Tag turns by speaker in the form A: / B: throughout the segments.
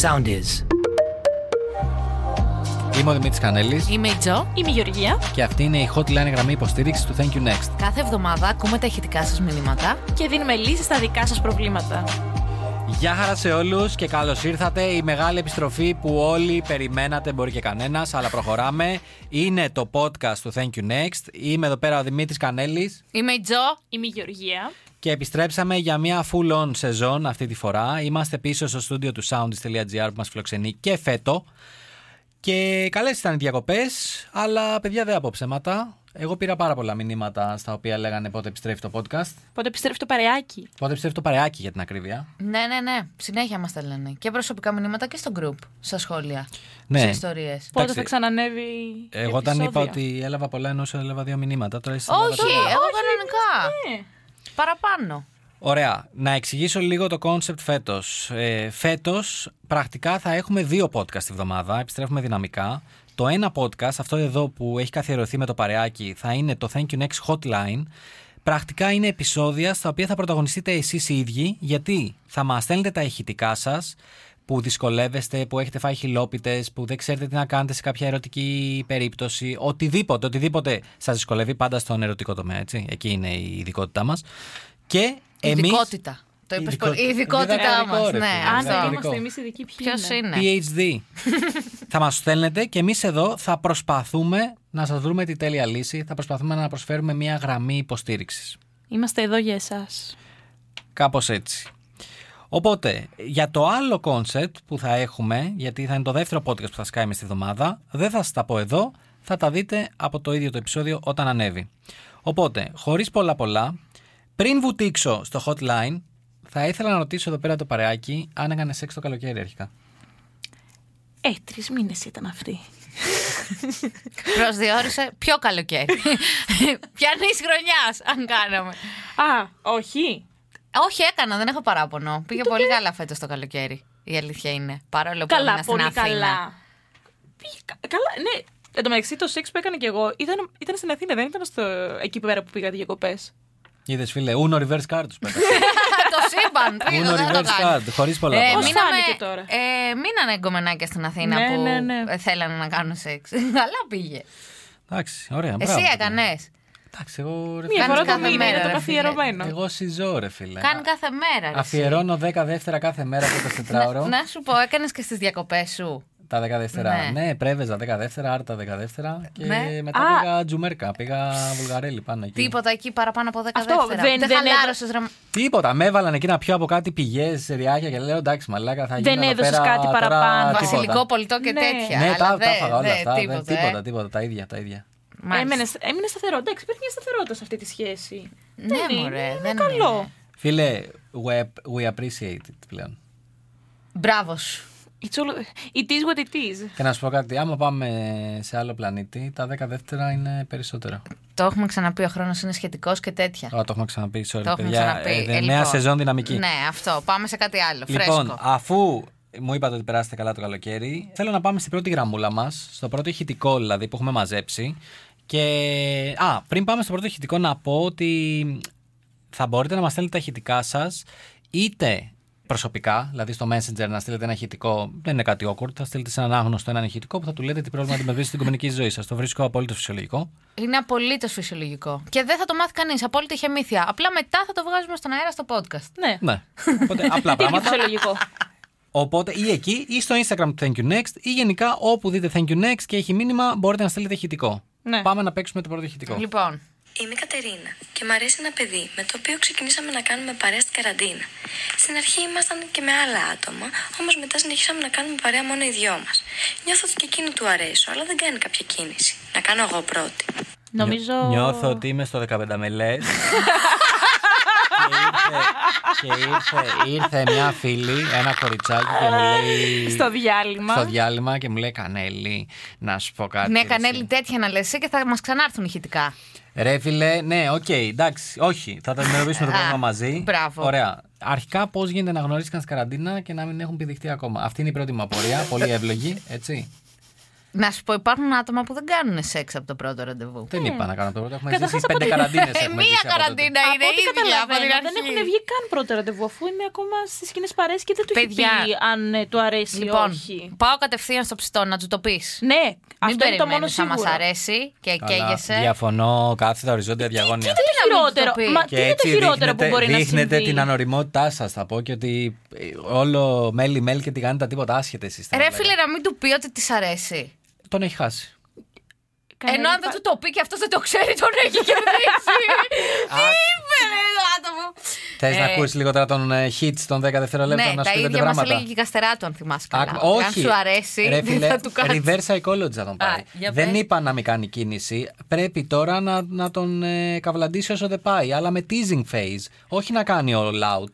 A: sound is.
B: Είμαι ο Δημήτρης Κανέλης
C: Είμαι η Τζο.
D: Είμαι η Γεωργία
B: και αυτή είναι η hotline γραμμή υποστήριξης του Thank You Next.
C: Κάθε εβδομάδα ακούμε τα ηχητικά σας μηνύματα.
D: και δίνουμε λύσεις στα δικά σας προβλήματα.
B: Γεια χαρά σε όλους και καλώς ήρθατε. Η μεγάλη επιστροφή που όλοι περιμένατε, μπορεί και κανένας, αλλά προχωράμε. Είναι το podcast του Thank You Next. Είμαι εδώ πέρα ο Δημήτρης Κανέλης
C: Είμαι η Τζο.
D: Είμαι η Γεωργία.
B: και επιστρέψαμε για μια full on σεζόν αυτή τη φορά. Είμαστε πίσω στο στούντιο του soundis.gr που μας φιλοξενεί και φέτο. Και καλές ήταν οι διακοπές, αλλά παιδιά δεν απόψεματα. Εγώ πήρα πάρα πολλά μηνύματα στα οποία λέγανε πότε επιστρέφει το podcast.
D: Πότε επιστρέφει το παρεάκι.
B: Πότε επιστρέφει το παρεάκι για την ακρίβεια.
C: Ναι, ναι, ναι. Συνέχεια μας τα λένε. Και προσωπικά μηνύματα και στο group. Στα σχόλια.
B: Ναι.
C: Σε ιστορίες.
D: Πότε
B: Εντάξει.
D: θα ξανανεύει.
B: Εγώ όταν είπα
D: επεισόδια.
B: ότι έλαβα πολλά εννοούσα έλαβα δύο μηνύματα. Τώρα εσύ
C: Όχι,
B: έλαβα τρία.
C: εγώ κανονικά.
D: Ναι.
C: Παραπάνω.
B: Ωραία. Να εξηγήσω λίγο το κόνσεπτ φέτος. Ε, φέτος πρακτικά θα έχουμε δύο podcast τη βδομάδα. Επιστρέφουμε δυναμικά. Το ένα podcast, αυτό εδώ που έχει καθιερωθεί με το παρεάκι, θα είναι το Thank You Next Hotline. Πρακτικά είναι επεισόδια στα οποία θα πρωταγωνιστείτε εσείς οι ίδιοι, γιατί θα μας στέλνετε τα ηχητικά σας, που δυσκολεύεστε, που έχετε φάει χιλόπιτες, που δεν ξέρετε τι να κάνετε σε κάποια ερωτική περίπτωση, οτιδήποτε, οτιδήποτε σας δυσκολεύει πάντα στον ερωτικό τομέα, έτσι. Εκεί είναι η ειδικότητά μας. Και εμείς.
C: Ειδικότητα. Το είπες πολύ. Η
B: Ειδικότητα.
C: ειδικότητά
B: Διδακτορικό,
C: μα.
B: ρε,
C: Ναι,
B: φίλε.
D: Αν δεν
B: Διδακτορικό.
C: αυτό.
D: είμαστε εμεί ειδικοί, ποιοι
C: Ποιος είναι.
B: PhD. θα μας στέλνετε και εμείς εδώ θα προσπαθούμε να σας βρούμε τη τέλεια λύση. Θα προσπαθούμε να προσφέρουμε μια γραμμή υποστήριξης.
D: Είμαστε εδώ για εσάς.
B: Κάπως έτσι. Οπότε, για το άλλο κόνσεπτ που θα έχουμε, γιατί θα είναι το δεύτερο podcast που θα σκάμε στη εβδομάδα, δεν θα σας τα πω εδώ, θα τα δείτε από το ίδιο το επεισόδιο όταν ανέβει. Οπότε, χωρίς πολλά πολλά, πριν βουτήξω στο hotline, θα ήθελα να ρωτήσω εδώ πέρα το παρεάκι αν έκανε σεξ το καλοκαίρι αρχικά.
D: Ε, τρεις μήνες ήταν αυτοί.
C: Προσδιορίσε πιο καλοκαίρι. Πιανής χρονιά, αν κάναμε.
D: Α, όχι.
C: Όχι, έκανα, δεν έχω παράπονο. Πήγε πολύ καλά φέτος το καλοκαίρι. Η αλήθεια είναι. Παρόλο που ήμουν
D: Καλά,
C: στην
D: πολύ
C: Αθήνα.
D: καλά. Πήγε κα- καλά, ναι. Εν τω μεταξύ, το σεξ που έκανα κι εγώ ήταν, ήταν στην Αθήνα, δεν ήταν στο, εκεί πέρα που πήγα διακοπές.
B: Είδες φίλε, Uno reverse card τους πέταξε.
C: το σύμπαν. πήγε,
B: Uno
C: δεν το
B: reverse
C: κάνει.
B: card, χωρίς πολλά
C: Ε,
B: πολλά.
D: Πώς μην-
C: μείναμε,
D: φάνηκε τώρα?
C: ε, μείνανε εγκομμενάκια στην Αθήνα
D: Ναι,
C: που
D: ναι, ναι.
C: ε, θέλανε να κάνουν σεξ. Καλά πήγε.
B: Εντάξει, ωραία. μπράβο. ναι.
C: Εσύ έκανε.
B: Εντάξει, εγώ ρε
D: Μία
C: Κάνεις
B: φίλε,
D: φορά το
C: κάθε
D: μήνα,
C: μέρα,
D: ήταν το
C: ρε φίλε.
D: καθιερωμένο.
B: Εγώ συζώ, ρε φίλε.
C: Κάνει κάθε μέρα. ρε, Ναι,
B: Αφιερώνω 10 δεύτερα κάθε μέρα από το 24ωρο.
C: εσύ. Να σου πω, έκανες και στις διακοπές σου.
B: Τα 10 δεύτερα.
C: Ναι.
B: Ναι, πρέβεζα 10 δεύτερα, άρα τα 10 δεύτερα. Και
C: Ναι.
B: μετά
D: Α.
B: πήγα Τζουμέρκα, πήγα Βουλγαρέλη πάνω εκεί.
C: Τίποτα εκεί παραπάνω από 10
D: Αυτό,
C: δεύτερα.
D: δεν-
C: δεν
D: δεν έδω-
C: χαλάρωσες, ρε.
B: Τίποτα. Με έβαλαν εκεί να πιω από κάτι πηγές, ριάκια και λέω εντάξει, μαλάκα θα γίνει.
D: Δεν έδωσες κάτι παραπάνω. τίποτα.
C: Βασιλικό πολιτό και
D: Ναι.
C: τέτοια.
B: Ναι,
C: αλλά
B: τα, τα
C: δεν-
B: έφαγα όλα
C: δεν,
B: αυτά. δεν-
C: τίποτα, ε.
B: τίποτα, τίποτα, τα ίδια. Τα ίδια.
C: Μάλιστα.
D: Έμενε, έμεινε σταθερό. Εντάξει, υπήρχε μια σταθερότητα σε αυτή τη σχέση.
C: Ναι,
D: Δεν είναι,
C: μωρέ,
D: είναι
C: δεν
D: καλό.
C: είναι.
B: Φίλε, we, we appreciate it πλέον.
C: Μπράβο σου.
D: It's all... It is what it is.
B: Και να σου πω κάτι, άμα πάμε σε άλλο πλανήτη, τα 10 δεύτερα είναι περισσότερα.
C: Το έχουμε ξαναπεί, ο χρόνος είναι σχετικός και τέτοια.
B: Α, το έχουμε ξαναπεί, sorry,
C: το έχουμε
B: παιδιά.
C: ξαναπεί.
B: Ε, δε-
C: Ε,
B: νέα
C: λοιπόν.
B: σεζόν δυναμική.
C: Ναι, αυτό. Πάμε σε κάτι άλλο.
B: Λοιπόν,
C: Φρέσκο.
B: αφού μου είπατε ότι περάσετε καλά το καλοκαίρι, θέλω να πάμε στην πρώτη γραμμούλα μας, στο πρώτο ηχητικό δηλαδή που έχουμε μαζέψει. Και. Α, πριν πάμε στο πρώτο ηχητικό, να πω ότι θα μπορείτε να μας στέλνετε τα ηχητικά σας είτε προσωπικά, δηλαδή στο Messenger να στείλετε ένα ηχητικό, δεν είναι κάτι awkward, θα στείλετε σε έναν άγνωστο ένα ηχητικό που θα του λέτε τι πρόβλημα αντιμετωπίζετε στην κοινωνική ζωή σας. Το βρίσκω απόλυτο φυσιολογικό.
C: Είναι απολύτως φυσιολογικό. Και δεν θα το μάθει κανείς. Απόλυτη χεμήθεια. Απλά μετά θα το βγάζουμε στον αέρα στο podcast.
D: Ναι.
B: Ναι. Οπότε, απλά
D: Είναι
B: πράγματα.
D: φυσιολογικό.
B: Οπότε ή εκεί ή στο Instagram του Thank You Next ή γενικά όπου δείτε Thank You Next και έχει μήνυμα μπορείτε να στείλετε ηχητικό.
D: Ναι.
B: Πάμε να παίξουμε το πρώτο ηχητικό.
C: Λοιπόν,
E: Είμαι η Κατερίνα και μου αρέσει ένα παιδί με το οποίο ξεκινήσαμε να κάνουμε παρέα στην καραντίνα. Στην αρχή ήμασταν και με άλλα άτομα, όμως μετά συνεχίσαμε να κάνουμε παρέα μόνο οι δυο μας. Νιώθω ότι και εκείνη του αρέσω, αλλά δεν κάνει κάποια κίνηση. Να κάνω εγώ πρώτη.
D: Νομίζω.
B: Νιώθω ότι είμαι στο 15 μελέ. και ήρθε, ήρθε μια φίλη, ένα κοριτσάκι και μου λέει.
D: Στο διάλειμμα.
B: στο διάλειμμα και μου λέει Κανέλη, να σου πω κάτι.
C: ναι,
B: ρε,
C: κανέλη
B: εσύ».
C: τέτοια να λες και θα μας ξανάρθουν ηχητικά.
B: Ρε φίλε, ναι, οκ, εντάξει, όχι. Θα τα αντιμετωπίσουμε το
C: Α,
B: πρόβλημα μαζί.
C: μπράβο.
B: Ωραία. Αρχικά, πώς γίνεται να γνωρίστηκαν στην καραντίνα και να μην έχουν πηδηχτεί ακόμα. Αυτή είναι η πρώτη μου απορία. Πολύ εύλογη, έτσι.
C: Να σου πω, υπάρχουν άτομα που δεν κάνουν σεξ από το πρώτο ραντεβού.
B: Δεν είπα να κάνω από το πρώτο. Έχουμε
D: Καταρχάς
B: ζήσει
D: από
B: πέντε
D: τη-
B: καραντίνες.
C: Ε, μία καραντίνα είναι
D: από ό,τι
C: η ίδια από την
D: καταλαβαίνω, δεν
C: αρχή.
D: έχουν βγει καν πρώτο ραντεβού, αφού είναι ακόμα στις κοινέ παρέες και δεν του έχει
C: Παιδιά.
D: πει αν ε, του αρέσει
C: Λοιπόν,
D: ή όχι.
C: πάω κατευθείαν στο ψητό να του το πεις.
D: Ναι,
C: Μην
D: αυτό είναι το μόνο
C: περιμένεις, θα
D: σίγουρο.
C: μα αρέσει και καίγεσαι.
B: Διαφωνώ κάθετα οριζόντια διαγώνια.
D: Ε, Τι είναι το
C: να μην του το
D: χειρότερο,
C: πεις.
D: μα τι είναι το χειρότερο που
B: δείχνετε-
D: μπορεί να συμβεί.
B: δείχνετε την ανοριμότητά σας. Θα πω και ότι ε, όλο μέλι-μέλι και τη κάνετε τα τίποτα άσχετες εσεί.
C: Ρε φίλε, να μην του πει ότι της αρέσει.
B: Τον έχει χάσει.
D: Κανένα
C: Ενώ αν δεν
D: υπά-
C: του το πει και αυτός δεν το ξέρει, τον έχει κερδίσει. Τι είπε, λέει το άτομο.
B: Θες να ακούσεις λίγο τώρα τον ε, hits των 10 δευτερολέπτων
C: Ναι,
B: να
C: τα
B: σου πει πέντε
C: ίδια μα
B: πράγματα.
C: έλεγε και η Καστεράτου, αν θυμάσαι καλά.
B: Άκου-
C: Ότι
B: όχι.
C: Αν σου αρέσει,
B: Ρε
C: δεν
B: φίλε,
C: θα του κάτσει.
B: Reverse psychology θα τον πάρει.
C: για
B: δεν
C: πες.
B: είπα να μην κάνει κίνηση. Πρέπει τώρα να, να τον ε, καυλαντήσει όσο δεν πάει. Αλλά με teasing phase. Όχι να κάνει all out.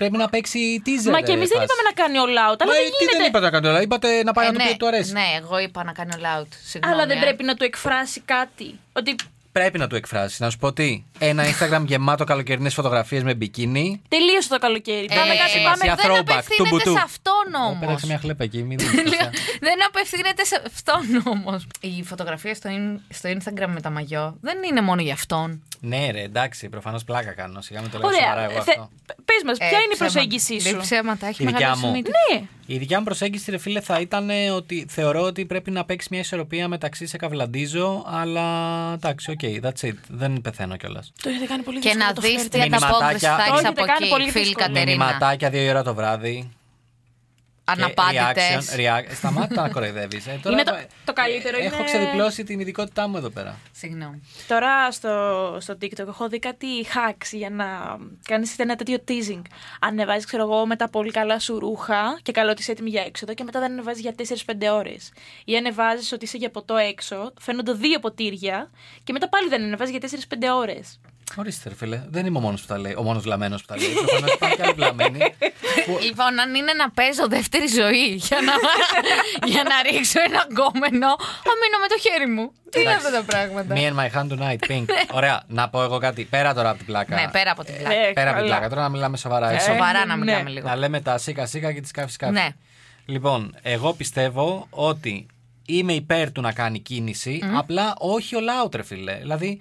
B: Πρέπει να παίξει teaser.
D: Μα
B: ε,
D: και εμείς δεν
B: φάση.
D: είπαμε να κάνει all out, αλλά
B: Μα,
D: δεν
B: ε, τι δεν
D: γίνεται.
B: είπατε να κάνει όλα. Είπατε να πάει
C: Ε,
B: να του πει
C: ναι,
B: ότι του αρέσει.
C: Ναι, εγώ είπα να κάνω loud. Συγγνώμη.
D: Αλλά δεν
B: ναι.
C: ε.
D: πρέπει να του εκφράσει κάτι. Ότι
B: Πρέπει να του εκφράσει. Να σου πω τι. Ένα Instagram γεμάτο καλοκαιρινές φωτογραφίες με μπικίνι.
D: τελείωσε το καλοκαίρι.
C: Ε,
D: Πάμε κάτι, πάμε.
B: σημασία.
C: δεν
B: throwback,
C: απευθύνεται
B: τουμπου-του.
C: σε αυτόν
B: Ω,
C: όμω.
B: Πέταξε μια χλέπα εκεί. Μην
C: δεν απευθύνεται σε αυτόν όμως. Οι φωτογραφίες στο, in- στο Instagram με τα μαγιό δεν είναι μόνο για αυτόν.
B: ναι, ρε, εντάξει, προφανώς πλάκα κάνω. Σιγά με το λέω σοβαρά
D: Ωραία.
B: εγώ
D: Θε...
B: αυτό.
D: Πες μας, ποια
C: Ε,
D: είναι η
C: ψέμα-
D: προσέγγιση σου.
C: Λέει ψέματα, έχει
B: Η δικιά
C: μεγάλο
B: μου.
C: συνείδητο.
D: Ναι.
B: Η δικιά μου προσέγγιση, ρε φίλε, θα ήταν ε, ότι θεωρώ ότι πρέπει να παίξει μια ισορροπία μεταξύ σε καυλαντίζω, αλλά εντάξει, οκ, that's it. Δεν πεθαίνω κιόλας.
D: Το έχετε κάνει πολύ
C: Και να δει τι ανταπόκριση
B: Μηνυματάκια.
C: θα
B: Το
C: έχει
D: έχετε
C: από
D: κάνει
C: εκεί,
D: πολύ
C: φίλη
D: δύσκολο.
C: Κατερίνα.
B: Μηνυματάκια ε, δύο ώρα το βράδυ. Και
C: Αναπάντητες.
B: reaction, react- Σταμάτα να ε. κοροϊδεύει.
D: Είναι το- το καλύτερο,
B: ε, Έχω
D: είναι-
B: ξεδιπλώσει την ειδικότητά μου εδώ πέρα.
C: Συγγνώμη.
D: Τώρα στο, στο TikTok έχω δει κάτι hacks για να κάνεις ένα τέτοιο teasing. Ανεβάζεις, ξέρω εγώ, με τα πολύ καλά σου ρούχα και καλό ότι είσαι έτοιμη για έξοδο και μετά δεν ανεβάζεις για 4-5 ώρες. Ή ανεβάζεις ότι είσαι για ποτό έξω, φαίνονται δύο ποτήρια και μετά πάλι δεν ανεβάζεις για 4-5 ώρες.
B: Ορίστε, ρε φίλε. Δεν είμαι ο μόνος που τα λέει. Ο μόνος βλαμμένος που τα λέει. Προφανώς υπάρχουν και άλλοι βλαμμένοι. που-
C: Λοιπόν, αν είναι να παίζω δεύτερη ζωή για να, για να ρίξω ένα γκόμενο, αμήνω με το χέρι μου. Τι είναι
B: Εντάξει.
C: αυτά τα πράγματα.
B: Me and my hand tonight, pink. Ωραία, να πω εγώ κάτι πέρα τώρα από την πλάκα.
C: Ναι, πέρα από την πλάτη.
D: Ε,
B: Πέρα από την
D: καλά.
B: πλάκα. Τώρα να μιλάμε σοβαρά. έτσι.
C: Σοβαρά
D: ναι,
C: να
D: ναι.
C: μιλάμε λίγο.
B: Να λέμε τα σίκα σίκα και τις κάφεις κάφεις.
C: Ναι.
B: Λοιπόν, εγώ πιστεύω ότι είμαι υπέρ του να κάνει κίνηση, απλά όχι όλα out, ρε φίλε. Δηλαδή,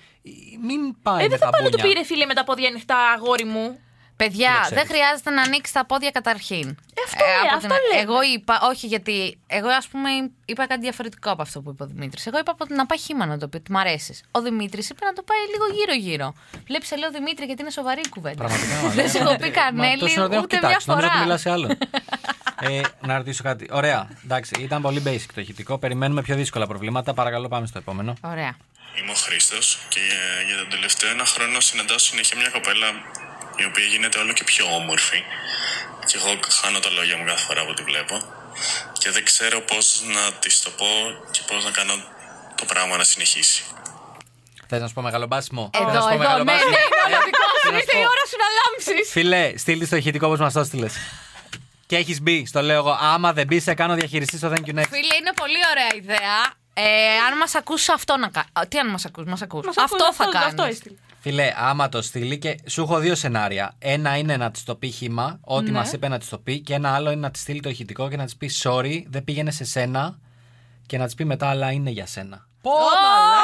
B: μην πάει
D: Ε,
B: με
D: δεν θα
B: τα
D: πάω να του
B: μπούνια.
D: πήρε φίλε με τα πόδια ανοιχτά, αγόρι μου.
C: Παιδιά,
B: ξέρεις.
C: δεν χρειάζεται να ανοίξει τα πόδια καταρχήν.
D: αυτό λέει,
C: από
D: αυτό λέμε.
C: Εγώ είπα, όχι γιατί. Εγώ, ας πούμε, είπα κάτι διαφορετικό από αυτό που είπε ο Δημήτρης. Εγώ είπα από την απαχήμα να το πει, ότι μ' αρέσει. Ο Δημήτρης είπε να το πάει λίγο γύρω-γύρω. Βλέπεις, σε λέω Δημήτρη, γιατί είναι σοβαρή η κουβέντα.
B: Πραγματικά. μα,
C: δεν σου έχω πει
B: μα,
C: κανένα,
B: τόσο δεν έχω
C: ούτε μια
B: κοιτάξει. Νόμιζα ότι
C: φορά.
B: μιλάς σε άλλον. ε, να ρωτήσω κάτι. Ωραία, εντάξει, ήταν πολύ basic το ηχητικό. Περιμένουμε πιο δύσκολα προβλήματα. Παρακαλώ, πάμε στο επόμενο.
C: Ωραία.
A: Είμαι ο Χρήστος και ε, για τον τελευταίο ένα χρόνο συναντάω συνέχεια μια κοπέλα η οποία γίνεται όλο και πιο όμορφη. Και εγώ χάνω τα λόγια μου κάθε φορά που τη βλέπω. Και δεν ξέρω πώς να της το πω και πώς να κάνω το πράγμα να συνεχίσει.
B: Θες να σου πω μεγάλο μπάσιμο.
C: Εδώ,
B: Θες να σου πω
C: εδώ,
B: μεγάλο
C: ναι,
B: μπάσιμο?
C: ναι,
B: Ε,
C: Σου
B: να σου
C: ήρθε η
B: πω.
C: ώρα σου να λάμψεις.
B: Φίλε, στείλ της το ηχητικό όπως μας το στείλε. Και έχεις μπει, στο λέω εγώ. Άμα δεν μπεις, σε κάνω διαχειριστή στο thank you next.
C: Φίλε, είναι πολύ ωραία ιδέα. Ε, αν μας ακούσει αυτό να κάνει. Τι αν μας ακούς, μας ακούς.
D: Μας
C: Αυτό,
D: ακούνε,
C: θα
D: αυτό-
C: κάνεις.
D: Αυτό έστειλε.
B: Φίλε, άμα το στείλει και σου έχω δύο σενάρια. Ένα είναι να της το πει χήμα, ό,τι μας μας είπε να της το πει. Και ένα άλλο είναι να της στείλει το ηχητικό και να της πει sorry, δεν πήγαινε σε σένα. Και να της πει μετά, αλλά είναι για σένα. Πω, μαλάκα.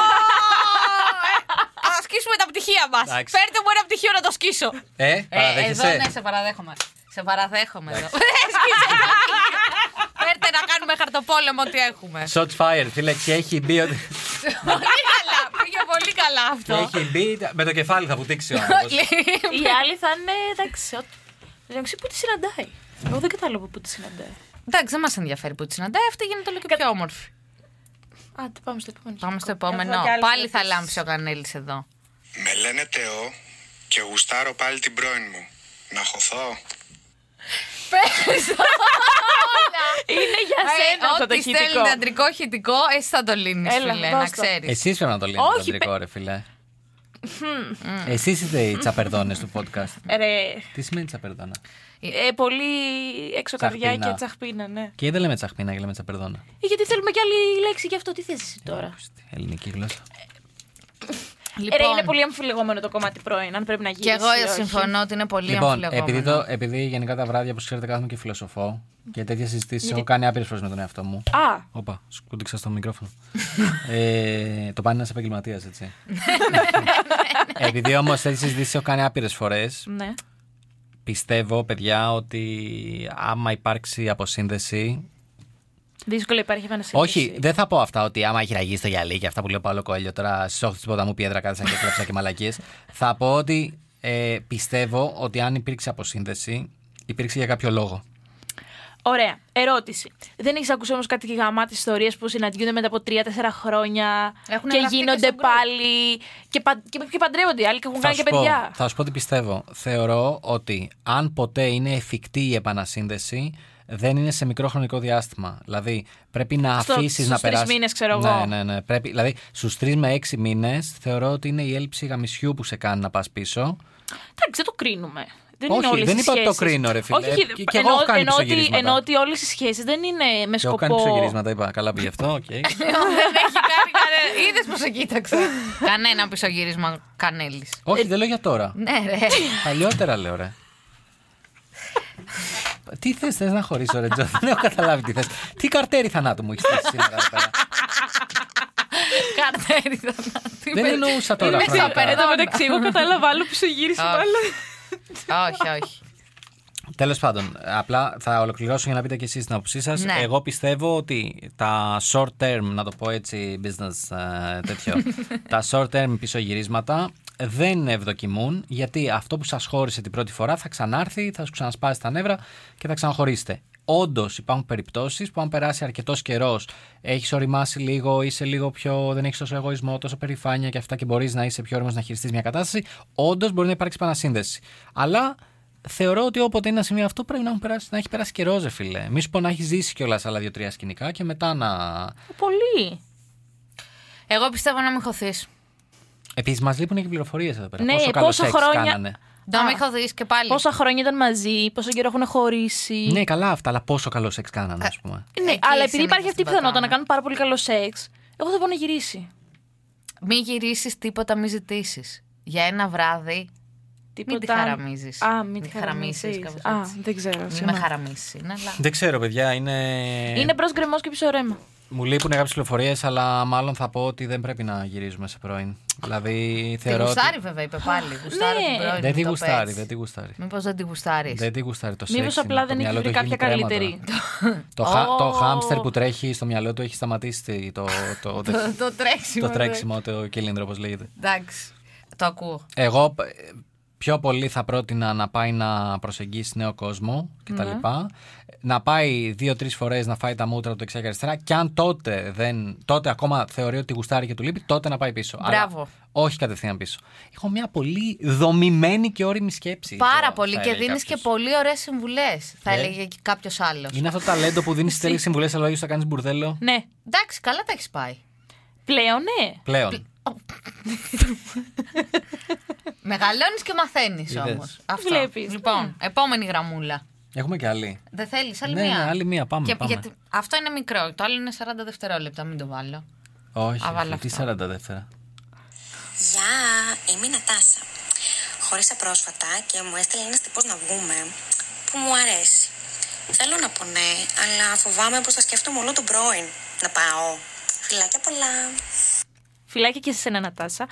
C: Α ασκήσουμε τα πτυχία μας.
B: Εντάξει.
C: Φέρτε μου ένα πτυχίο να το σκίσω.
B: Ε, παραδέχεσαι.
C: εδώ ναι, σε παραδέχομαι. Σε παραδέχομαι εδώ. Σκίσε τα πτυχία. Φέρτε να κάνουμε χαρτοπόλεμο ό,τι έχουμε.
B: Shots fired, φίλε, και έχει μπει. ότι-
C: πολύ καλά. Πήγε πολύ καλά
B: και
C: αυτό.
B: έχει μπει. Με το κεφάλι θα βουτήξει ο άνθρωπος.
D: Οι άλλοι θα είναι εντάξει. ό- Εντάξει, πού τη συναντάει. Εγώ δεν κατάλαβα πού τη συναντάει.
C: Εντάξει, δεν μας ενδιαφέρει που τη συναντάει. Αυτή γίνεται όλο και πιο όμορφη.
D: Άντε, πάμε στο επόμενο.
C: Πάμε στο
D: σκηνικό.
C: επόμενο.
D: Έχουμε κι άλλες
C: Πάλι θα
D: ερωτήσεις.
C: λάμψει ο Κανέλης εδώ.
F: Με λένε Τεό και γουστάρω πάλι την πρώην μου. Να χωθώ.
D: Είναι για σένα ε, αυτό το
C: Ό,τι
D: ηχητικό.
C: στέλνει αντρικό χητικό, εσύ θα το λύνεις,
D: Έλα,
C: φίλε, να
D: δώσ' το.
C: ξέρεις.
B: Εσεί πρέπει να το λύνετε
D: Όχι,
B: το αντρικό, ρε φίλε. Εσείς είστε οι τσαπερδόνες του podcast.
D: Ρε,
B: Τι σημαίνει τσαπερδόνα.
D: ε, πολύ έξω καρδιά
B: Τσαχπίνα.
D: και τσαχπίνα, ναι.
B: Και δεν λέμε τσαχπίνα και λέμε τσαπερδόνα.
D: Ε, Γιατί θέλουμε κι άλλη λέξη γι' αυτό, τι θες εσύ τώρα.
B: Ελληνική γλώσσα.
D: Λοιπόν, είναι πολύ αμφιλεγόμενο το κομμάτι πρώην, αν πρέπει να γίνει.
C: Και εγώ συμφωνώ ότι είναι πολύ
B: Λοιπόν,
C: αμφιλεγόμενο.
B: επειδή, το, επειδή γενικά τα βράδια, όπως ξέρετε, κάθομαι και φιλοσοφώ και τέτοια συζητήσει έχω κάνει άπειρες φορές με τον εαυτό μου.
D: Α,
B: Όπα, σκούντιξα στο μικρόφωνο. ε, το πάνε ένας επαγγελματίας, έτσι. επειδή όμως τέτοιες συζητήσεις έχω κάνει άπειρες φορές,
D: ναι.
B: πιστεύω, παιδιά, ότι άμα υπάρξει αποσύνδεση.
D: Δύσκολο υπάρχει φαντασία.
B: Όχι, δεν θα πω αυτά ότι άμα έχει ραγεί στο γυαλί και αυτά που λέω Παύλο Κοέλιο τώρα στι 8 τη ποταμού πιέδρα κάθεσαν και κλέψα και μαλακίες. θα πω ότι ε, πιστεύω ότι αν υπήρξε αποσύνδεση, υπήρξε για κάποιο λόγο.
D: Ωραία. Ερώτηση. Δεν έχεις ακούσει όμως κάτι γαμάτι ιστορίες που συναντιούνται μετά από 3-4 χρόνια
C: Έχουν
D: και
C: γραφτεί και
D: γίνονται
C: στο group.
D: πάλι και, παν, και, και παντρεύονται οι άλλοι και έχουν
B: Θα
D: κάνει
B: σου,
D: και
B: πω,
D: παιδιά.
B: θα σου πω ότι πιστεύω. Θεωρώ ότι αν ποτέ είναι εφικτή η επανασύνδεση, δεν είναι σε μικρό χρονικό διάστημα. Δηλαδή, πρέπει να
D: Στο-
B: αφήσεις
D: στους
B: να
D: τρεις
B: περάσεις.
D: μήνες, ξέρω
B: ναι,
D: εγώ.
B: Ναι, ναι, Πρέπει, δηλαδή, στους τρεις με έξι μήνες, θεωρώ ότι είναι η έλλειψη γαμισιού που σε κάνει να πας πίσω.
D: Εντάξει, δεν το κρίνουμε. Δεν
B: Όχι,
D: είναι όλες
B: δεν
D: οι
B: είπα ότι το
D: σχέσεις.
B: κρίνω, ρε φίλε.
D: Όχι, όχι,
B: Ε, και- και εγώ
D: εννοώ-
B: έχω κάνει
D: εννοώ ότι-
B: πισωγυρίσματα.
D: Εννοώ ότι όλες οι σχέσεις δεν είναι με
B: Και έχω κάνει
D: σκοπό.
B: ψωγυρίσματα, είπα. Καλά πήγε αυτό, οκ.
C: Λοιπόν, δεν έχει κάνει κανένα. Είδες που σε κοίταξε. Κανένα πισωγύρισμα κανέλης.
B: Όχι, δεν λέω για τώρα.
C: Ναι, ρε.
B: Παλιότερα λέω, ρε. τι θες, θες να χωρίσω, ρε Τζο. Δεν έχω καταλάβει τι θες. Τι καρτέρι θανάτου μου έχεις στήσει σήμερα εδώ πέρα.
C: Καρτέρι θανάτη.
B: Δεν εννοούσα τώρα
C: Είμαι
B: χρονικά.
C: σαπερδόν.
D: Εν τω μεταξύ, εγώ κατάλαβα άλλο ψωγύρισμα.
C: Όχι.
D: άλλο.
C: Όχι, όχι.
B: Τέλος πάντων, απλά θα ολοκληρώσω για να πείτε και εσείς την άποψή σας.
C: Ναι.
B: Εγώ πιστεύω ότι τα short term, να το πω έτσι, business ε, τέτοιο, τα short term πισωγυρίσματα δεν ευδοκιμούν γιατί αυτό που σας χώρισε την πρώτη φορά θα ξανάρθει, θα σου ξανασπάσει τα νεύρα και θα ξαναχωρίσετε. Όντως υπάρχουν περιπτώσεις που αν περάσει αρκετός καιρός, έχεις οριμάσει λίγο, είσαι λίγο πιο. δεν έχεις τόσο εγωισμό, τόσο περηφάνεια και αυτά και μπορείς να είσαι πιο όριμος να χειριστείς μια κατάσταση. Όντως μπορεί να υπάρξει επανασύνδεση. Αλλά Θεωρώ ότι όποτε είναι ένα σημείο αυτό πρέπει να, έχουν περάσει, να έχει περάσει καιρός, ρε φίλε. Μη σου πω να έχεις ζήσει κιόλας άλλα δύο-τρία σκηνικά και μετά να.
D: Πολύ.
C: Εγώ πιστεύω να μην χωθείς.
B: Επίσης, μας λείπουν και πληροφορίες εδώ πέρα.
D: Ναι,
B: πόσο καλό
D: πόσα
B: σεξ
D: χρόνια-
B: κάνανε.
C: Να μην χωθεί και πάλι.
D: Πόσα χρόνια ήταν μαζί, πόσο καιρό έχουν χωρίσει.
B: Ναι, καλά αυτά, αλλά πόσο καλός σεξ κάνανε, ας πούμε.
D: Ναι,
C: Εκεί
D: αλλά επειδή
C: συνήθως
D: υπάρχει αυτή η
C: την
D: πιθανότητα να
C: πατάμε.
D: κάνουν πάρα πολύ καλό σεξ, εγώ θα πω να γυρίσει.
C: Μην γυρίσεις τίποτα, μην ζητήσεις. Για ένα βράδυ
D: Τίποτα.
C: τη χαραμίζεις.
D: Α, μην τη
C: Μην χαραμίζεις,
D: χαραμίζεις.
C: κάπως
D: Α,
C: έτσι.
D: δεν ξέρω.
C: μην με χαραμίσει. Είναι, αλλά...
B: Δεν ξέρω, παιδιά, είναι.
D: Είναι μπρος γκρεμός και πίσω ρέμα.
B: Μου λείπουν κάποιες πληροφορίες, αλλά μάλλον θα πω ότι δεν πρέπει να γυρίζουμε σε πρώην. Δηλαδή,
C: Τη
B: θεωρώ. ότι-
C: γουστάρει, βέβαια, είπε πάλι. Γουστάρω
D: Ναι.
C: την πρώην.
B: Δεν τη
C: το
B: γουστάρει,
C: πες.
B: δεν τη γουστάρει.
C: Μήπως δεν τη γουστάρεις.
B: Δεν τη γουστάρει το σεξ.
D: Μήπω
B: είναι,
D: απλά
B: το
D: δεν έχει
B: μυαλό
D: βρει
B: του
D: κάποια
B: γίνει κρέμα
D: καλύτερη.
B: τώρα. Το, χα- το
D: Ω.
B: χάμστερ που τρέχει στο μυαλό του έχει σταματήσει το, το,
C: Το, το
B: Ναι.
C: τρέξιμο.
B: Το τρέξιμο, το κύλινδρο, όπως λέγεται.
C: Εντάξει. Το ακούω.
B: Εγώ ε, πιο πολύ θα πρότεινα να πάει να προσεγγίσει νέο κόσμο
C: Ναι.
B: κτλ. Να πάει δύο-τρει φορές να φάει τα μούτρα του δεξιά και αριστερά. Και αν τότε, δεν, τότε ακόμα θεωρεί ότι γουστάρει και του λείπει, τότε να πάει πίσω. Αλλά
C: Μπράβο.
B: όχι κατευθείαν πίσω. Έχω μια πολύ δομημένη και όρημη σκέψη.
C: Πάρα
B: θα
C: πολύ και
B: έλεγε
C: δίνεις και
B: κάποιος.
C: πολύ ωραίες συμβουλές, θα
B: Ναι.
C: έλεγε κάποιος άλλος.
B: Είναι αυτό το ταλέντο που δίνεις τέλειε συμβουλές, αλλά όχι θα κάνεις μπουρδέλο.
D: Ναι.
C: Εντάξει, καλά τα έχεις πάει.
D: Πλέον, ναι.
B: Πλέον.
C: Μεγαλώνεις και μαθαίνεις
B: Είδες.
C: όμως. Αυτό.
D: Βλέπεις, Ναι.
C: Λοιπόν, επόμενη γραμμούλα.
B: Έχουμε και άλλη.
C: Δεν θέλεις, άλλη
B: Ναι,
C: μία.
B: ναι, άλλη μία, πάμε,
C: Και-
B: πάμε.
C: γιατί αυτό είναι μικρό. Το άλλο είναι 40 δευτερόλεπτα, μην το βάλω.
B: Όχι.
C: Α, βάλε
B: Τι 40 δεύτερα.
E: Γεια, είμαι η Νατάσα. Χωρίσα πρόσφατα και μου έστειλε ένας τύπος να βγούμε που μου αρέσει. Θέλω να πω ναι, αλλά φοβάμαι πως θα σκέφτομαι όλο τον πρώην. Να πάω. Φιλάκια πολλά.
D: Φιλάκια και σε σένα, Νατάσα.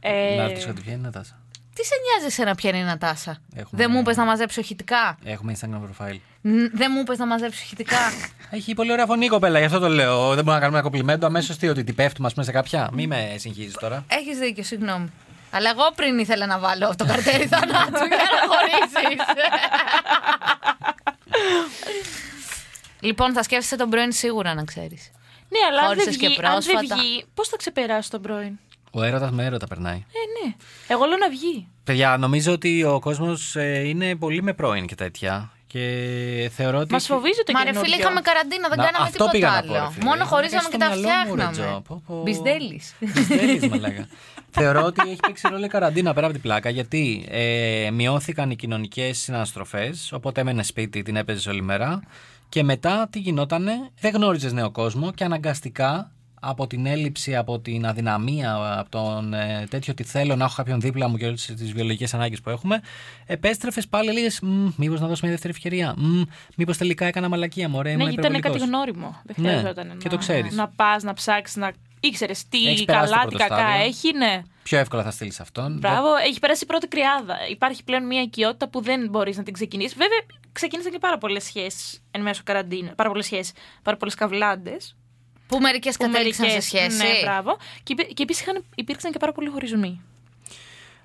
D: Ε,
B: Να ρωτήσω κάτι, ποια είναι η Νατάσα.
C: Τι σε νοιάζει σε να πιάνει η Νατάσα.
B: Έχουμε-
C: Δεν μου είπες να μαζέψω ηχητικά.
B: Έχουμε Instagram profile.
C: Ν- Δεν μου είπες να μαζέψω ηχητικά.
B: Έχει πολύ ωραία φωνή η κοπέλα, γι' αυτό το λέω. Δεν μπορούμε να κάνουμε ένα κοπλιμέντο αμέσως. Τι, ότι την πέφτουμε, ας πούμε, σε κάποια. Μη με συγχύζει τώρα.
C: Έχεις δίκιο, συγγνώμη. Αλλά εγώ πριν ήθελα να βάλω το καρτέρι θανάτου για να χωρίσει. λοιπόν, θα σκέφτεσαι τον πρώην σίγουρα να ξέρεις.
D: Ναι, αλλά αν δεν
C: Χώρισες και
D: βγει, αν δεν
C: πρόσφατα.
D: βγει πώς θα ξεπεράσει τον πρώην.
B: Ο έρωτας με έρωτα περνάει.
D: Ε, ναι. Εγώ λέω να βγει.
B: Παιδιά, νομίζω ότι ο κόσμος είναι πολύ με πρώην και τέτοια. Και θεωρώ ότι.
D: Μας
B: έχει-
D: φοβίζει το
C: Μα ρε
D: καινούριο.
C: φίλε, είχαμε καραντίνα, δεν
B: Να,
C: κάναμε
B: αυτό πήγα
C: τίποτα
B: να πω, ρε
C: άλλο.
B: φίλε.
C: Μόνο
B: Είχα
C: χωρίζαμε
B: στο
C: και τα
B: μυαλό μου, ρε, Τζο.
C: φτιάχναμε.
B: Πω, πω.
C: Μπιζδέλης.
B: Μπιζδέλης, μαλάκα. Θεωρώ ότι έχει παίξει ρόλο η καραντίνα πέρα από την πλάκα γιατί ε, μειώθηκαν οι κοινωνικές συναναστροφέ. Οπότε έμενε σπίτι, την έπαιζε όλη μέρα. Και μετά τι γινότανε, δεν γνώριζες νέο κόσμο και αναγκαστικά από την έλλειψη, από την αδυναμία, από τον ε, τέτοιο ότι θέλω να έχω κάποιον δίπλα μου και όλες τις βιολογικές ανάγκες που έχουμε, επέστρεφες πάλι λίγες. Μήπως να δώσω μια δεύτερη ευκαιρία. Μήπως τελικά έκανα μαλακία, μωρέ,
D: Ναι,
B: ήμουν
D: γιατί ήταν κάτι
B: υπερβολικός».
D: γνώριμο. Δεν
B: Ναι,
D: χρειαζόταν
B: και
D: να,
B: το ξέρεις.
D: να πας, να ψάξεις, να ήξερες τι
B: Έχεις περάσει
D: καλά,
B: το
D: τι
B: πρώτο
D: κακά
B: στάδιο.
D: έχει. Ναι.
B: Πιο εύκολα θα στείλεις αυτόν.
D: Μπράβο, έχει περάσει η πρώτη κρυάδα. Υπάρχει πλέον μια οικειότητα που δεν μπορείς να την ξεκινήσεις. Βέβαια, ξεκίνησαν και πάρα πολλές σχέσεις εν μέσω καραντίνα. Πάρα πολλές σχέσεις, πάρα πολλές καβλάντες.
C: Που μερικές κατέληξαν σε σχέση.
D: Ναι, μπράβο. Και, υπή- και επίσης υπήρξαν και πάρα πολλοί χωρισμοί.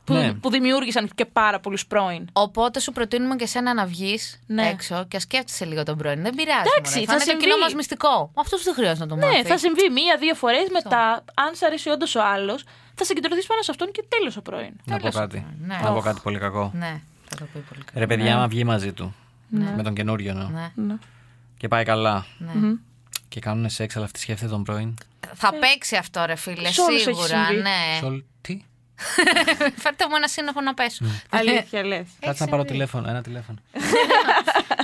D: Που,
B: Ναι.
D: που δημιούργησαν και πάρα πολλούς πρώην.
C: Οπότε σου προτείνουμε και σένα να βγεις
D: Ναι.
C: έξω και σκέφτεσαι λίγο τον πρώην. Δεν πειράζει.
D: Εντάξει,
C: μωρέ.
D: θα
C: είναι το
D: συμβεί.
C: κοινό μας μυστικό. Αυτό δεν χρειάζεται να το μάθει.
D: Ναι, θα συμβεί μία-δύο φορές. Μετά, αν σ' αρέσει όντως ο άλλος, θα συγκεντρωθεί πάνω σε αυτόν και τέλος ο πρώην.
B: Να πω
C: τέλος.
B: κάτι.
C: Ναι.
B: Να πω
C: Οχ.
B: κάτι πολύ κακό.
C: Ναι, θα το πει πολύ καλά.
B: Ρε παιδιά, άμα βγει μαζί του. Με τον καινούριο εννοώ.
C: Ναι.
B: Και πάει καλά.
C: Ναι.
B: Και κάνουν σεξ, αλλά αυτή σκέφτεται τον πρώην.
C: Θα παίξει αυτό, ρε φίλε,
D: Σε όλους έχει
C: σίγουρα.
D: συμβεί.
C: Ναι.
B: Σε όλη- Τι.
C: Φέρτε μου ένα σύννεφο να πέσω.
B: Ναι.
D: Αλήθεια, λες.
C: Ναι.
B: Κάτσε να πάρω τηλέφωνο. Ένα τηλέφωνο.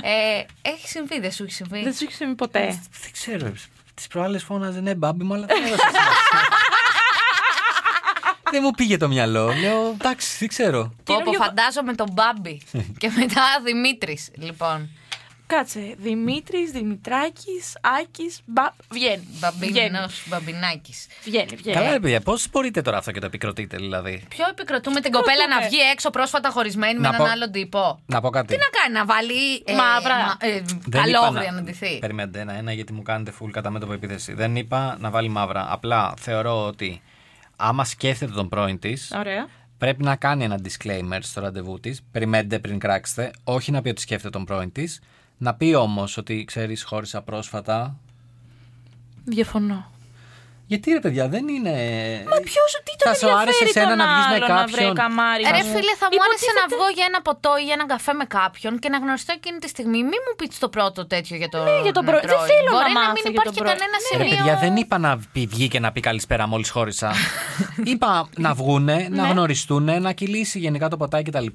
C: Ε, έχει συμβεί, δεν σου έχει συμβεί.
D: Δεν σου έχει συμβεί ποτέ.
B: Δεν ξέρω. Τις προάλλες φώναζε ναι, μπάμπι μου, αλλά δεν έδωσα σημασία. Δεν μου πήγε το μυαλό. Λέω εντάξει, δεν ξέρω.
C: Πω, πω,
D: Καινούριο-
C: φαντάζομαι τον Μπάμπι και μετά Δημήτρης. Λοιπόν,
D: Κάτσε. Δημήτρης, Δημητράκης, Άκης. Μπα... Βγαίνει.
C: μπαμπινός, μπαμπινάκης.
D: Βγαίνει, βγαίνει.
B: Καλά, ρε παιδιά, πώς μπορείτε τώρα αυτό και το επικροτείτε, δηλαδή.
C: Ποιο επικροτούμε την κοπέλα να βγει έξω πρόσφατα χωρισμένη με
B: Να
C: έναν
B: πω-
C: άλλον τύπο.
B: Να πω κάτι.
C: Τι να κάνει, να βάλει ε,
D: Μαύρα.
C: μα- ε,
B: Δεν είπα
C: καλόβρια να ντυθεί.
B: Περιμένετε ένα-ένα γιατί μου κάνετε full κατά μέτωπο επίθεση. Δεν είπα να βάλει μαύρα. Απλά θεωρώ ότι άμα σκέφτεται τον πρώην της,
D: Ωραία.
B: πρέπει να κάνει ένα disclaimer στο ραντεβού της. Περιμένετε πριν κράξετε. Όχι να πει ότι σκέφτεται τον πρώην της. Να πει όμως ότι ξέρεις, χώρισα πρόσφατα.
D: Διαφωνώ.
B: Γιατί ρε παιδιά, δεν είναι. Μα
D: Ποιος, τι τον
B: Θα σου άρεσε
D: ενδιαφέρει
B: εσένα
D: τον
B: να βγεις με
D: άλλο
B: κάποιον?
D: βρε, καμάρι.
C: Ε, Ρε
D: μου.
C: φίλε, θα μου άρεσε να
D: Υποτίθεται-
C: βγω για ένα ποτό ή για έναν καφέ με κάποιον και να γνωριστώ εκείνη τη στιγμή. Μη μου πείτε το πρώτο τέτοιο Ναι, για τον
D: για τον πρώην. Δεν
C: πρώην.
D: θέλω να
C: Μπορεί να
D: μάθω
C: μην
D: για
C: υπάρχει
D: τον
C: και
D: πρώην.
C: κανένα
B: Ε, Ρε
C: σημείο.
B: παιδιά, δεν είπα να πει- βγει και να πει καλησπέρα μόλις χώρισα. είπα να βγούνε, να
C: Ναι.
B: γνωριστούνε, να κυλήσει γενικά το ποτάκι κτλ.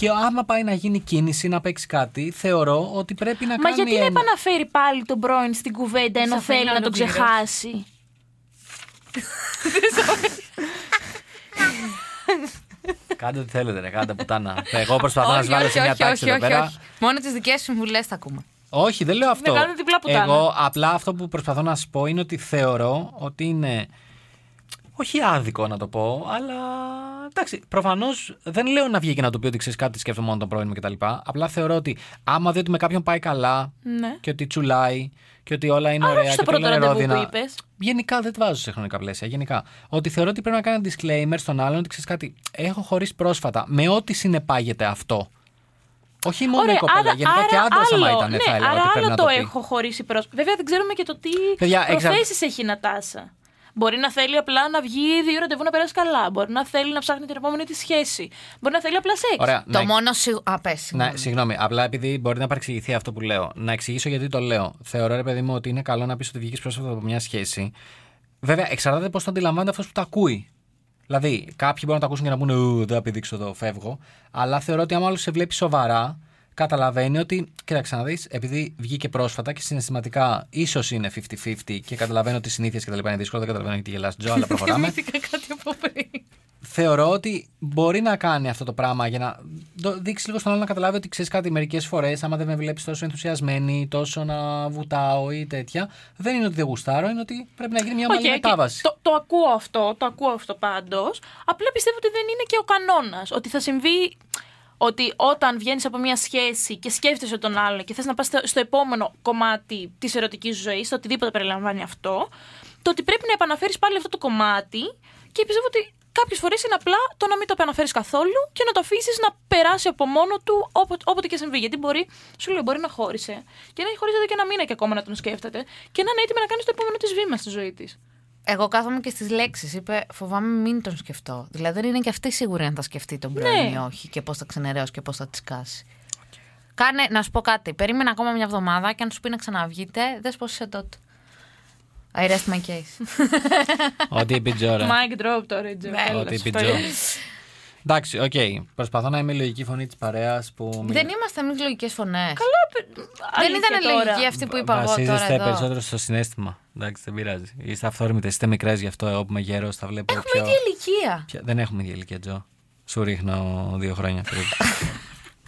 B: Και άμα πάει να γίνει κίνηση, να παίξει κάτι, θεωρώ ότι πρέπει να
D: Μα
B: κάνει.
D: γιατί να
B: ένα-
D: επαναφέρει πάλι τον πρώην στην κουβέντα ενώ
C: αφήνει
D: θέλει να τον
C: ολοκληρώσει.
D: ξεχάσει.
B: Κάντε ό,τι θέλετε, ρε, κάντε πουτάνα. Εγώ προσπαθώ να
C: Όχι,
B: σας βάλω
C: όχι,
B: σε μια
C: όχι,
B: τάξη
C: όχι,
B: εδώ
C: όχι,
B: πέρα.
C: όχι. Μόνο τις δικές συμβουλέ θα ακούμε.
B: Όχι, δεν λέω αυτό.
D: Να κάνετε Ναι, διπλά πουτάνα.
B: Εγώ απλά αυτό που προσπαθώ να σας πω είναι ότι θεωρώ ότι είναι. Όχι άδικο να το πω, αλλά. Εντάξει, προφανώς δεν λέω να βγει και να του πει ότι ξέρεις κάτι, σκέφτομαι μόνο τον πρώην μου κτλ. Απλά θεωρώ ότι άμα δει ότι με κάποιον πάει καλά
D: Ναι.
B: και ότι τσουλάει και ότι όλα είναι
D: Άρα
B: ωραία
D: όχι
B: και
D: στο
B: ότι όλα
D: πρώτο
B: είναι
D: ραντεβού που
B: ρόδινα.
D: είπες.
B: Γενικά δεν τη βάζω σε χρονικά πλαίσια. Γενικά. Ότι θεωρώ ότι πρέπει να κάνει disclaimer στον άλλον ότι ξέρεις κάτι. Έχω χωρίσει πρόσφατα με ό,τι συνεπάγεται αυτό. Όχι μόνο η κοπέλα, γενικά και άντρας άμα ήταν,
D: ναι,
B: θα έλεγα
D: άρα
B: ότι πρέπει
D: άλλο
B: να
D: το,
B: το πει.
D: έχω χωρίσει πρόσφατα. Βέβαια δεν ξέρουμε και το τι
B: Παιδιά, εξα-
D: προθέσεις έχει να τάσα. Μπορεί να θέλει απλά να βγει δύο ραντεβού να περάσει καλά. Μπορεί να θέλει να ψάχνει την επόμενη της σχέση. Μπορεί να θέλει απλά σεξ.
B: Ωραία,
C: Το
B: να,
C: μόνο σίγουρο. Α, πες, συγγνώμη.
B: να, συγγνώμη, απλά επειδή μπορεί να παρεξηγηθεί αυτό που λέω. Να εξηγήσω γιατί το λέω. Θεωρώ, ρε παιδί μου, ότι είναι καλό να πεις ότι βγήκες πρόσφατα από μια σχέση. Βέβαια, εξαρτάται πώς το αντιλαμβάνεται αυτός που το ακούει. Δηλαδή, κάποιοι μπορούν να το ακούσουν και να πούνε Ου, δεν θα πηδήξω εδώ, φεύγω. Αλλά θεωρώ ότι άμα άλλο σε βλέπει σοβαρά, καταλαβαίνει ότι. Κοίταξε να δεις, επειδή βγήκε πρόσφατα και συναισθηματικά ίσως είναι 50-50 και καταλαβαίνω ότι συνήθειες και τα λοιπά είναι δύσκολο, δεν καταλαβαίνω γιατί γελάς, Τζο, αλλά προχωράμε.
C: Θυμήθηκα κάτι από πριν.
B: θεωρώ ότι μπορεί να κάνει αυτό το πράγμα για να δο- δείξει λίγο στον άλλο να καταλάβει ότι ξέρεις κάτι μερικές φορές. Άμα δεν με βλέπεις τόσο ενθουσιασμένη, τόσο να βουτάω ή τέτοια, δεν είναι ότι δεν γουστάρω, είναι ότι πρέπει να γίνει μια
D: Οκ,
B: ομαλή
D: και
B: μετάβαση.
D: Το, το ακούω αυτό, το ακούω αυτό πάντως. Απλά πιστεύω ότι δεν είναι και ο κανόνας. Ότι θα συμβεί ότι όταν βγαίνεις από μια σχέση και σκέφτεσαι τον άλλον και θες να πας στο επόμενο κομμάτι της ερωτικής ζωής, το οτιδήποτε περιλαμβάνει αυτό, το ότι πρέπει να επαναφέρεις πάλι αυτό το κομμάτι και πιστεύω ότι κάποιες φορές είναι απλά το να μην το επαναφέρεις καθόλου και να το αφήσεις να περάσει από μόνο του όποτε, όποτε και συμβεί. Γιατί μπορεί, σου λέω, μπορεί να χώρισε και να έχει χωρίσει εδώ και ένα μήνα και ακόμα να τον σκέφτεται και να είναι έτοιμη να κάνει το επόμενο της βήμα στη ζωή της.
C: Εγώ κάθομαι και στις λέξεις. Είπε, φοβάμαι μην τον σκεφτώ. Δηλαδή δεν είναι και αυτή σίγουρη αν θα σκεφτεί τον πρώην
D: Ναι.
C: ή όχι και πώς θα ξενερέωσει και πώς θα τη κάσει. Κάνε, να σου πω κάτι. Περίμενα ακόμα μια εβδομάδα και αν σου πει να ξαναβγείτε, δες πώς είσαι τότε. I rest my case.
B: Ότι επί Τζόρα.
D: Mic drop τώρα, Τζο.
C: Ναι.
D: Έλα,
B: Ότι επί
D: στο
B: Τζο.
D: λέω.
B: Εντάξει, οκ. Προσπαθώ να είμαι η λογική φωνή της παρέας που.
C: Δεν είμαστε εμείς λογικές φωνές. Δεν
D: Αλήθεια
C: ήταν
D: τώρα.
C: λογική αυτή που είπα εγώ τώρα.
B: Βασίζεστε
C: Εδώ.
B: περισσότερο στο συνέστημα. Εντάξει, δεν πειράζει. Είστε αυθόρμητες, είστε μικρές γι' αυτό. Εγώ που είμαι γέρος, τα βλέπω
C: Έχουμε
B: πιο.
C: ίδια ηλικία.
B: Ποια- Δεν έχουμε ίδια ηλικία, Τζο. Σου ρίχνω δύο χρόνια περίπου.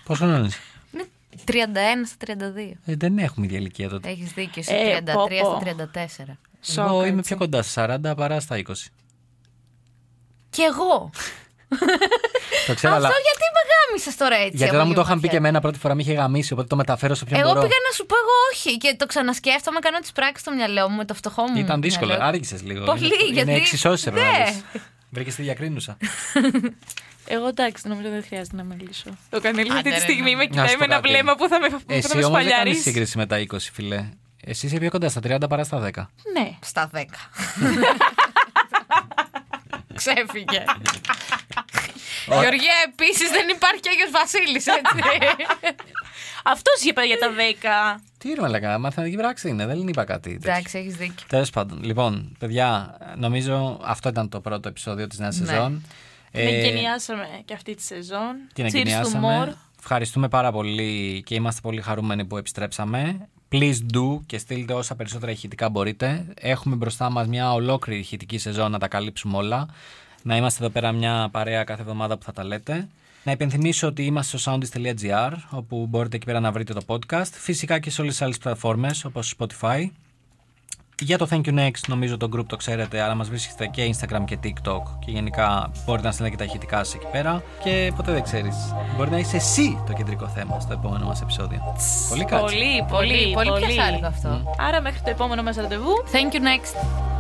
B: Πόσο χρόνο είσαι.
C: Είναι 31 στα 32.
B: Ε, δεν έχουμε ίδια ηλικία τότε.
C: Έχεις δίκιο.
D: Ε,
C: Εσύ 33
D: πω, πω.
C: στα 34.
D: Ε, Σοκ,
B: Εγώ είμαι
D: έτσι.
B: πιο κοντά στου 40 παρά στα 20.
C: Κι εγώ.
B: Το ξέρω, αλλά.
C: Αυτό γιατί με γάμισες τώρα έτσι.
B: Γιατί
C: από
B: όταν μου το
C: λίγο
B: είχαν πει και
C: μαχαίρι.
B: εμένα πρώτη φορά με είχε γαμίσει, οπότε το μεταφέρω σε ποιον
C: Εγώ
B: μπορώ.
C: πήγα να σου πω εγώ όχι και το ξανασκέφτομαι, κάνω τις πράξεις στο μυαλό μου με το φτωχό μου.
B: Ήταν δύσκολο.
C: μυαλό.
B: Άργησες λίγο.
C: Πολύ,
B: είναι,
C: γιατί-
B: Είναι εξισώσεις,
C: Ναι.
B: Βρήκες τη διακρίνουσα.
D: Εγώ εντάξει, νομίζω δεν χρειάζεται να μιλήσω. Το κανέλη αυτή
C: ρε,
D: τη στιγμή με
B: Να
D: κοιτάει
B: σου πω
D: με ένα
B: κάτι.
D: βλέμμα που θα με, που θα με
B: Εσύ όμως δεν κάνεις
D: σφαλιαρίσει.
B: σύγκριση με τα 20, φιλέ. Εσύ είσαι πιο κοντά στα 30 παρά στα 10.
D: Ναι.
C: Στα 10. Ξέφυγε. Γεωργία, επίσης δεν υπάρχει Άγιος Βασίλης, έτσι.
D: Αυτός είπε για τα 10.
B: Τι είναι μαλακά, μαθηματική πράξη είναι, δεν είπα κάτι.
C: Εντάξει, έχεις δίκιο.
B: Τέλος πάντων, λοιπόν, παιδιά, νομίζω αυτό ήταν το πρώτο επεισόδιο της νέας σεζόν.
D: Ναι.
B: Ε,
D: Την εγκαινιάσαμε και αυτή τη σεζόν.
B: την
D: Cheers to more.
B: εγκαινιάσαμε. Ευχαριστούμε πάρα πολύ και είμαστε πολύ χαρούμενοι που επιστρέψαμε. Please do και στείλτε όσα περισσότερα ηχητικά μπορείτε. Έχουμε μπροστά μας μια ολόκληρη ηχητική σεζόν να τα καλύψουμε όλα. Να είμαστε εδώ πέρα μια παρέα κάθε εβδομάδα που θα τα λέτε. Να υπενθυμίσω ότι είμαστε στο soundist.gr όπου μπορείτε εκεί πέρα να βρείτε το podcast. Φυσικά και σε όλες τις άλλες πλατφόρμες όπως Spotify. Για το Thank You Next νομίζω το group το ξέρετε αλλά μας βρίσκεται και Instagram και TikTok και γενικά μπορείτε να στείλετε και τα ηχητικά σας εκεί πέρα και ποτέ δεν ξέρεις. Μπορεί να είσαι εσύ το κεντρικό θέμα στο επόμενο μας επεισόδιο. Πολύ κάτσε.
D: Πολύ,
C: Πολύ,
D: πολύ,
C: πολύ πιασάρικο αυτό.
D: Άρα μέχρι το επόμενο μας ραντεβού.
C: Thank you next.